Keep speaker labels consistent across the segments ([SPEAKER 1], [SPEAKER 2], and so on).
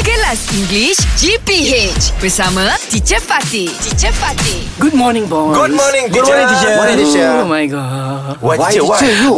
[SPEAKER 1] Kelas English GPH bersama Teacher Fatih. Teacher Fatih.
[SPEAKER 2] Good morning, boys.
[SPEAKER 3] Good morning,
[SPEAKER 4] Good
[SPEAKER 3] teacher.
[SPEAKER 4] morning, teacher.
[SPEAKER 3] Morning, teacher.
[SPEAKER 2] Oh my god.
[SPEAKER 3] Why,
[SPEAKER 4] Why
[SPEAKER 3] teacher? Why?
[SPEAKER 4] teacher you?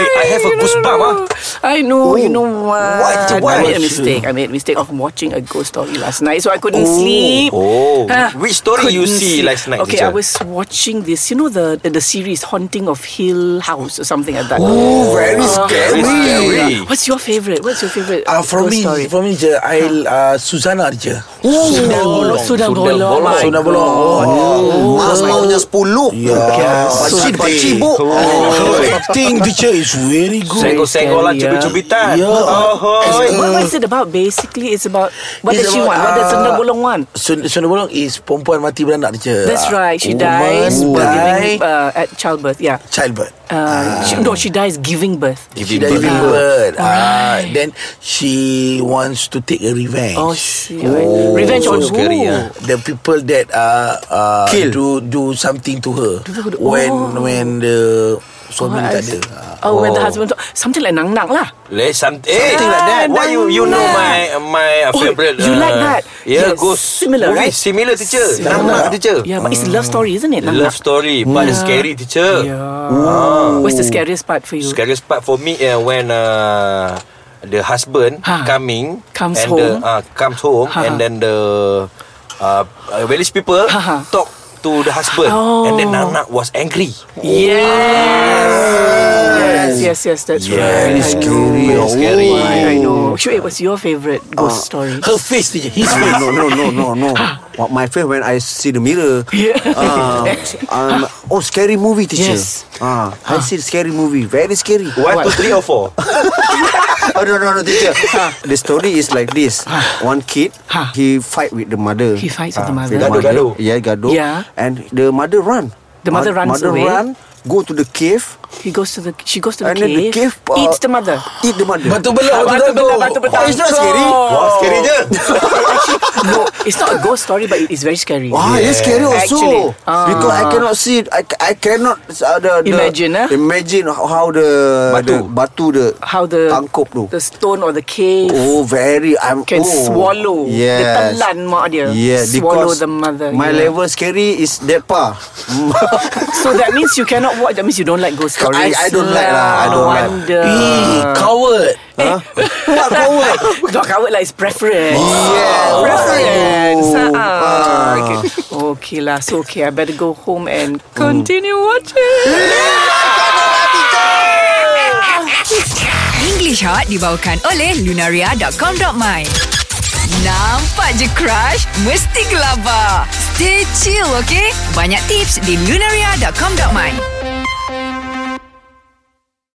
[SPEAKER 3] Hey, I have a goosebump, ah.
[SPEAKER 2] I know, you know
[SPEAKER 3] What?
[SPEAKER 2] what?
[SPEAKER 3] What?
[SPEAKER 2] I made a mistake. I made a mistake of watching a ghost story last night, so I couldn't
[SPEAKER 3] Oh.
[SPEAKER 2] sleep.
[SPEAKER 3] Oh.
[SPEAKER 2] Ah,
[SPEAKER 3] Which story you
[SPEAKER 2] couldn't
[SPEAKER 3] see
[SPEAKER 2] sleep.
[SPEAKER 3] last night,
[SPEAKER 2] Okay,
[SPEAKER 3] teacher?
[SPEAKER 2] I was watching this. You know the the, the series Haunting of Hill House or something like that.
[SPEAKER 4] Oh, very scary.
[SPEAKER 3] Very scary.
[SPEAKER 2] What's your favorite? What's your favorite
[SPEAKER 4] Ah, for
[SPEAKER 2] ghost
[SPEAKER 4] me,
[SPEAKER 2] story? Ha.
[SPEAKER 4] for me, je, I uh, Susana je.
[SPEAKER 2] Sundang Bolong. Sundang Bolong. my
[SPEAKER 4] Sundang Bolong.
[SPEAKER 2] God.
[SPEAKER 4] Oh.
[SPEAKER 5] Mas maunya 10
[SPEAKER 4] Ya.
[SPEAKER 5] Pakcik, pakcik, bu
[SPEAKER 2] Oh.
[SPEAKER 4] The acting teacher is very good.
[SPEAKER 3] Senggol-senggol lah,
[SPEAKER 2] scary,
[SPEAKER 3] cubit-cubitan.
[SPEAKER 4] Ya.
[SPEAKER 3] Oh, hoi.
[SPEAKER 4] As-
[SPEAKER 2] What, what is it about? Basically, it's about what
[SPEAKER 4] It's
[SPEAKER 2] does she
[SPEAKER 4] about,
[SPEAKER 2] want? What does
[SPEAKER 4] ah,
[SPEAKER 2] Sundang Bolong want?
[SPEAKER 4] Sun- Sundang Bolong is perempuan mati beranak Oh je.
[SPEAKER 2] That's right. She
[SPEAKER 4] Woman
[SPEAKER 2] dies but
[SPEAKER 4] die,
[SPEAKER 2] giving, uh, at childbirth. Yeah.
[SPEAKER 4] childbirth.
[SPEAKER 2] Uh, she, no, she dies giving birth.
[SPEAKER 4] She dies
[SPEAKER 3] birth.
[SPEAKER 4] giving birth. Ah, then she wants to take a revenge.
[SPEAKER 2] Oh, she, revenge on who?
[SPEAKER 4] so
[SPEAKER 3] scary, ah.
[SPEAKER 4] the people that uh, uh,
[SPEAKER 3] Kill.
[SPEAKER 4] do do something to her
[SPEAKER 2] to-
[SPEAKER 4] when
[SPEAKER 2] Oh.
[SPEAKER 4] when the suami
[SPEAKER 2] Oh,
[SPEAKER 4] tak
[SPEAKER 2] I
[SPEAKER 4] ada.
[SPEAKER 2] see. Oh, when the
[SPEAKER 3] Oh.
[SPEAKER 2] husband something like nang nang lah.
[SPEAKER 3] Let's some, eh,
[SPEAKER 2] Something like that.
[SPEAKER 3] Why you you know my my uh,
[SPEAKER 2] Oh,
[SPEAKER 3] favorite?
[SPEAKER 2] you like that?
[SPEAKER 3] Yeah,
[SPEAKER 2] Yes,
[SPEAKER 3] ghost
[SPEAKER 2] similar,
[SPEAKER 3] movie.
[SPEAKER 2] right?
[SPEAKER 3] Similar, teacher.
[SPEAKER 4] Similar.
[SPEAKER 3] Nama teacher.
[SPEAKER 2] Yeah, but it's a love
[SPEAKER 4] Hmm.
[SPEAKER 2] story, isn't it? Nang
[SPEAKER 3] Love story, but scary,
[SPEAKER 2] Nang?
[SPEAKER 3] teacher.
[SPEAKER 2] Yeah. What's the scariest part for you?
[SPEAKER 3] Scariest part for me uh, when uh, the husband
[SPEAKER 2] Ha.
[SPEAKER 3] coming
[SPEAKER 2] Comes
[SPEAKER 3] and
[SPEAKER 2] home.
[SPEAKER 3] the, uh, comes home
[SPEAKER 2] Ha, ha.
[SPEAKER 3] and then the uh, uh, village people
[SPEAKER 2] Ha, ha.
[SPEAKER 3] talk to the husband
[SPEAKER 2] Oh.
[SPEAKER 3] and then Nana was angry.
[SPEAKER 2] Yes. Yes, yes, yes, that's right. I
[SPEAKER 3] Very
[SPEAKER 2] know.
[SPEAKER 3] scary.
[SPEAKER 2] Very
[SPEAKER 3] Scary.
[SPEAKER 2] scary. I know. Shuib, what's your favorite
[SPEAKER 5] Uh,
[SPEAKER 2] ghost story?
[SPEAKER 4] Her face je, his face.
[SPEAKER 5] No, no, no, no, no.
[SPEAKER 2] Ah.
[SPEAKER 5] What my friend when I see the mirror.
[SPEAKER 2] Yeah.
[SPEAKER 5] Um, um, oh, scary movie, teacher.
[SPEAKER 2] Yes.
[SPEAKER 5] Ah, I see the scary movie. Very scary.
[SPEAKER 3] One, two, three or four?
[SPEAKER 5] Oh, no, no, no, teacher.
[SPEAKER 2] Ah.
[SPEAKER 5] the story is like this. One kid,
[SPEAKER 2] Huh.
[SPEAKER 5] he fight with the mother.
[SPEAKER 2] Ah.
[SPEAKER 5] Ah,
[SPEAKER 2] He fights with the mother.
[SPEAKER 5] with the
[SPEAKER 3] Gaduh, gaduh.
[SPEAKER 5] Yeah, gaduh.
[SPEAKER 2] Yeah.
[SPEAKER 5] And the mother run.
[SPEAKER 2] The mother
[SPEAKER 5] Ma-
[SPEAKER 2] runs
[SPEAKER 5] mother
[SPEAKER 2] away.
[SPEAKER 5] run, go to the cave.
[SPEAKER 2] He goes to the she goes to the
[SPEAKER 5] and then the
[SPEAKER 2] cave,
[SPEAKER 5] cave uh,
[SPEAKER 2] eats the mother.
[SPEAKER 5] Eat the mother.
[SPEAKER 4] Batu belah,
[SPEAKER 2] Batu
[SPEAKER 4] batu
[SPEAKER 2] belah,
[SPEAKER 4] gaduh.
[SPEAKER 2] batu betang.
[SPEAKER 5] Oh, it's not scary.
[SPEAKER 2] Oh.
[SPEAKER 3] Wow, scary je.
[SPEAKER 2] no, it's not a ghost story, but it is very scary.
[SPEAKER 5] Ah, yeah. it's scary also
[SPEAKER 2] Actually, ah.
[SPEAKER 5] because I cannot see. it. I, I cannot uh, the, the
[SPEAKER 2] Imagine, eh?
[SPEAKER 5] Imagine how how the
[SPEAKER 3] Batu.
[SPEAKER 5] the batu the
[SPEAKER 2] How the
[SPEAKER 5] tangkop tu.
[SPEAKER 2] the stone or the cave
[SPEAKER 5] oh very I'm
[SPEAKER 2] can
[SPEAKER 5] oh.
[SPEAKER 2] swallow. Dia
[SPEAKER 5] Yes.
[SPEAKER 2] telan mak dia.
[SPEAKER 5] Yeah,
[SPEAKER 2] swallow
[SPEAKER 5] because
[SPEAKER 2] the mother.
[SPEAKER 5] My
[SPEAKER 2] yeah.
[SPEAKER 5] level scary is that par.
[SPEAKER 2] So that means you cannot watch. That means you don't like ghost stories.
[SPEAKER 5] I- I don't like lah. I don't like.
[SPEAKER 2] wonder.
[SPEAKER 4] Ih, coward.
[SPEAKER 5] What power?
[SPEAKER 2] Dog coward lah is preference.
[SPEAKER 5] Yeah,
[SPEAKER 2] Preference.
[SPEAKER 5] oh.
[SPEAKER 2] Ah.
[SPEAKER 5] Ah.
[SPEAKER 2] Okay. okay lah. So okay, I better go home and continue watching.
[SPEAKER 1] English Hot dibawakan oleh Lunaria.com.my Nampak je crush? Mesti gelabah. Stay chill, okay? Banyak tips di Lunaria.com.my